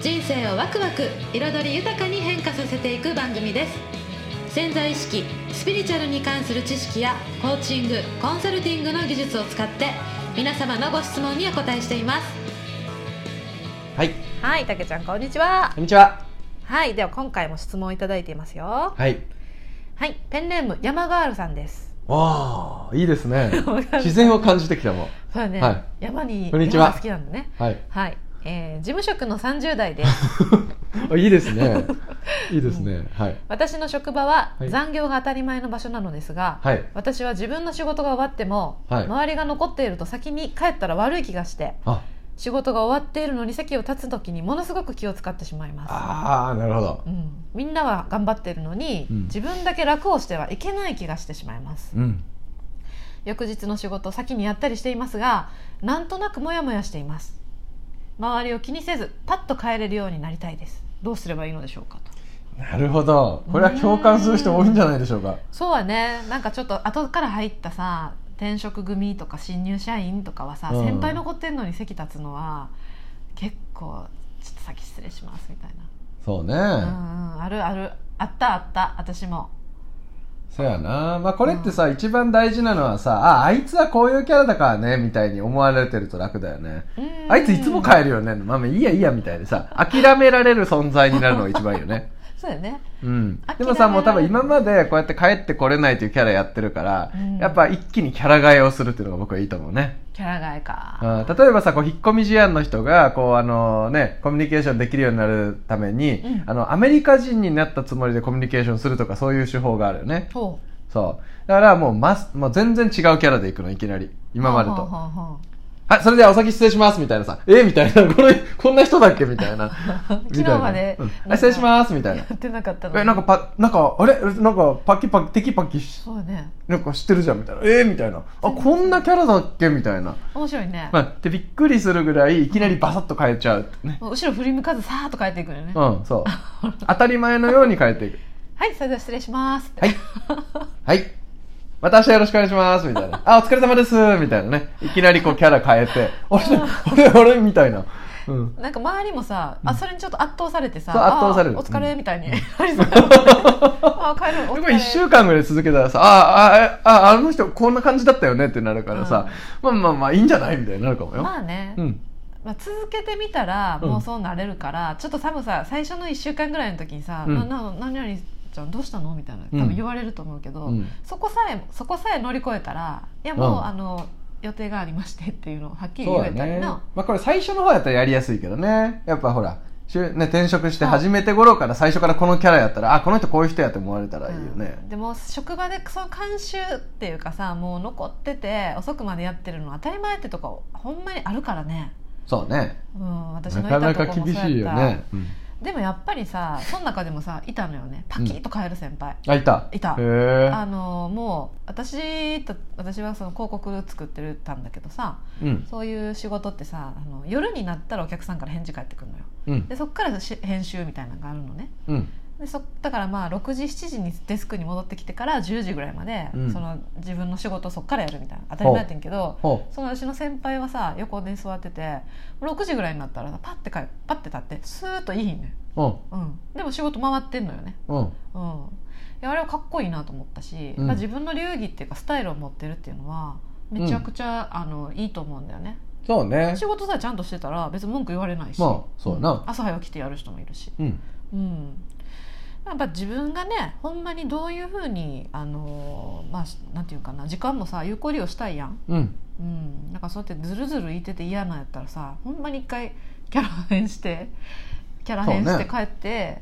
人生をワクワク彩り豊かに変化させていく番組です潜在意識スピリチュアルに関する知識やコーチングコンサルティングの技術を使って皆様のご質問にお答えしていますはいはいたけちゃんこんにちはこんにちははいでは今回も質問いただいていますよはいはい、ペンネーム山ガールさんです。 わあいいですねそ自然を感じてきたもんうだね、はい山にこんにちは山が好きなんだね。はいはい、えー、事務職の30代 です。あいいです ねいいですね、はい私の職場ははい残業が当たり前の場所なのですが、はい私は自分の仕事が終わっても、はい周りが残っていると先に帰ったら悪い気がして、あ仕事が終わっているのに席を立つ時にものすごく気を使ってしまいます。あーなるほどうん、みんなは頑張っているのに、うん自分だけ楽をしてはいけない気がしてしまいます。うん翌日の仕事を先にやったりしていますがなんとなくモヤモヤしています周りを気にせずパッと帰れるようになりたいですどうすればいいのでしょうかとなるほどこれは共感する人多いんじゃないでしょうかそうはねなんかちょっと後から入ったさ転職組とか新入社員とかはさ、うん先輩残ってんのに席立つのは結構ちょっと先失礼しますみたいそうね、な、うんうんあるあるあったあった私もそうやな。まあ、これってさ、一番大事なのはさ、あ、あいつはこういうキャラだからね、みたいに思われてると楽だよね。うんあいついつも帰るよね。まあまあ、いいやいいや、みたいでさ、諦められる存在になるのが一番いいよね。そうだよねうん。諦められでるもさ、もう多分今までこうやって帰ってこれないというキャラやってるから、うんやっぱ一気にキャラ替えをするっていうのが僕はいいと思うね。キャラ替えかあー例えばさ、こう、引っ込み思案の人が、こう、あのね、コミュニケーションできるようになるために、うんあの、アメリカ人になったつもりでコミュニケーションするとか、そういう手法があるよね。そそう。だからもう、ます、もう全然違うキャラで行くの、いきなり。う今までほうと。ほうほうほうはい、それではお先失礼します、みたいなさ。えみたいな。こ れ、こんな人だっけみた いな。昨日までみたいなうんはいなん失か礼します、みたいなや。ってなかったのえ、なんかパ、なんか、あれなんか、パキパキ、テキパキし、そうねなんか知ってるじゃん、みたいな。えみたいな。あ、こんなキャラだっけみたいな。面白いね、まあ、で、びっくりするぐらい、いきなりバサッと変えちゃうってね。もう後ろ振り向かずさーっと帰っていくのよね、うん、 そう。当たり前のように変えていく。はいそれでは失礼しますってはい。はい。また明日よろしくお願いします、みたいな。あ、お疲れ様です、みたいなね。いきなりこうキャラ変えて、あれ、あれ、あれ、みたいな。うん。なんか周りもさ、あそれにちょっと圧倒されてさそう圧倒されるあーお疲うれんみたいに、 あ りそうだよねあー帰るおで疲もれ一週間ぐらい続けたらさ、あ、あ、あ、ああの人こんな感じだったよねってなるからさ、まあまあまあいいんじゃないみたいになるかもよ。まあね、うん。まあ、続けてみたらうんもうそうなれるから、ちょっと多分さ最初の1週間ぐらいの時にさ「うんなな何々ちゃんどうしたの?」みたいなうん多分言われると思うけど、うんそこさえそこさえ乗り越えたら「いやもう、うんあの予定がありまして」っていうのをはっきりそう言だえたりね。な、まあこれ最初の方やったらやりやすいけどね。やっぱほら、しゅね、転職して初めて頃から最初からこのキャラやったら、あ、この人こういう人やって思われたらいいよね。うんでも職場でその慣習っていうかさもう残ってて遅くまでやってるの当たり前ってとこほんまにあるからね、そうね。うん、私のないかたなとかこもそ厳うやったしいよね。うんでもやっぱりさその中でもさいたのよねパキッと変える先輩、あ、いた。いたへえ。あのもう私と私はその広告作ってたんだけどさうん。そういう仕事ってさあの夜になったらお客さんから返事返ってくるのようん。でそっからし編集みたいなのがあるのねうん。でそだからまあ6時7時にデスクに戻ってきてから10時ぐらいまで、うんその自分の仕事をそっからやるみたいな当たり前やってんけどほそのうちの先輩はさ横で座ってて6時ぐらいになったらさパッてかいパッて立ってスーッといいね、う。うん。うん、でも仕事回ってんのよね、うん。うん、いやあれはかっこいいなと思ったし、うんまあ自分の流儀っていうかスタイルを持ってるっていうのはめちゃくちゃ、あのいいと思うんだよねそうね仕。事さえちゃんとしてたら別に文句言われないし、まあそうやなん朝早起きてやる人もいるしうん。うん、やっぱ自分がねほんまにどういうふうにあのーまあしなんていうかな時間もさ有効利用したいやん、うん。うん、なんかそうやってずるずるいてて嫌なんやったらさほんまに一回キャラ変してキャラ変してそ帰って、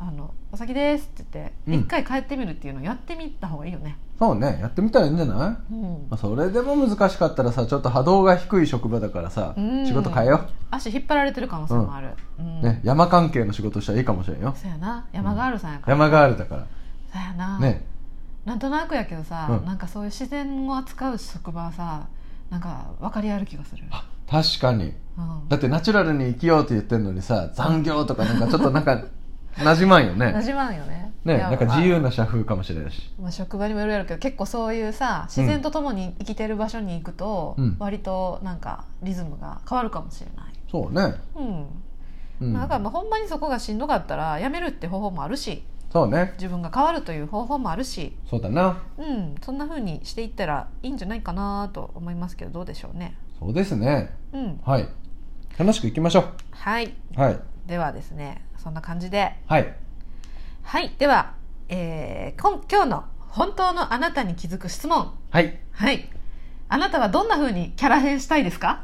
あの「お先です」って言ってうん一、回帰ってみるっていうのをやってみた方がいいよね。そうねやってみたらいいんじゃない、まうんあ、それでも難しかったらさちょっと波動が低い職場だからさ、うん仕事変えよ足引っ張られてる可能性もある、うんう、ね、山関係の仕事したらいいかもしれんよそうやな山ガールさんやから、山ガールだかそうやな、らねなんとなくやけどさ、うんなんかそういう自然を扱う職場はさなんか分かり合える気がする、あ確かにうん、だってナチュラルに生きようって言ってんのにさ残業とかなんかちょっとなん か馴染まんよなねじまんよねねいやなんかまあ自由な社風かもしれないしまあ、職場にもよるやろうけど結構そういうさ自然とともに生きてる場所に行くと、うん割となんかリズムが変わるかもしれない、そうねうんうんだからまあほんまにそこがしんどかったら辞めるって方法もあるしそうね自分が変わるという方法もあるし、そうだなうん、そんな風にしていったらいいんじゃないかなと思いますけどどうでしょうね。そうですねうん、はい楽しくいきましょはい、うはいではですねそんな感じではいはいでは、えー、今今日の「本当のあなたに気づく質問 はい」はいあなたはどんな風にキャラ変したいですか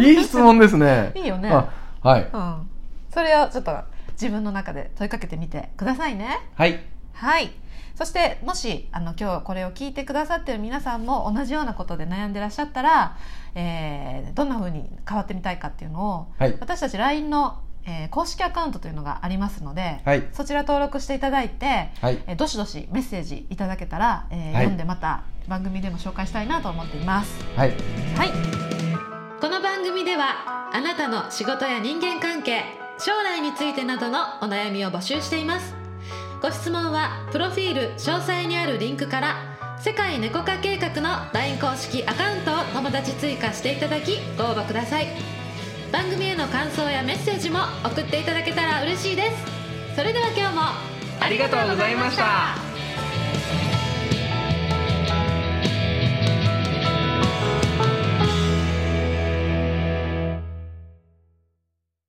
いい質問ですねいいよね、あはいうん、それをちょっと自分の中で問いかけてみてくださいねはいはいそしてもしあの今日これを聞いてくださってる皆さんも同じようなことで悩んでらっしゃったら、えーどんな風に変わってみたいかっていうのをはい私たち LINE の、えー公式アカウントというのがありますので、はいそちら登録していただいて、はいえーどしどしメッセージいただけたら、えーい読んでまた番組でも紹介したいなと思っています。はいはい。この番組ではあなたの仕事や人間関係、将来についてなどのお悩みを募集しています。ご質問はプロフィール詳細にあるリンクから世界猫化計画の LINE 公式アカウントを友達追加していただきご応募ください。番組への感想やメッセージも送っていただけたら嬉しいです。それでは今日もありがとうございました。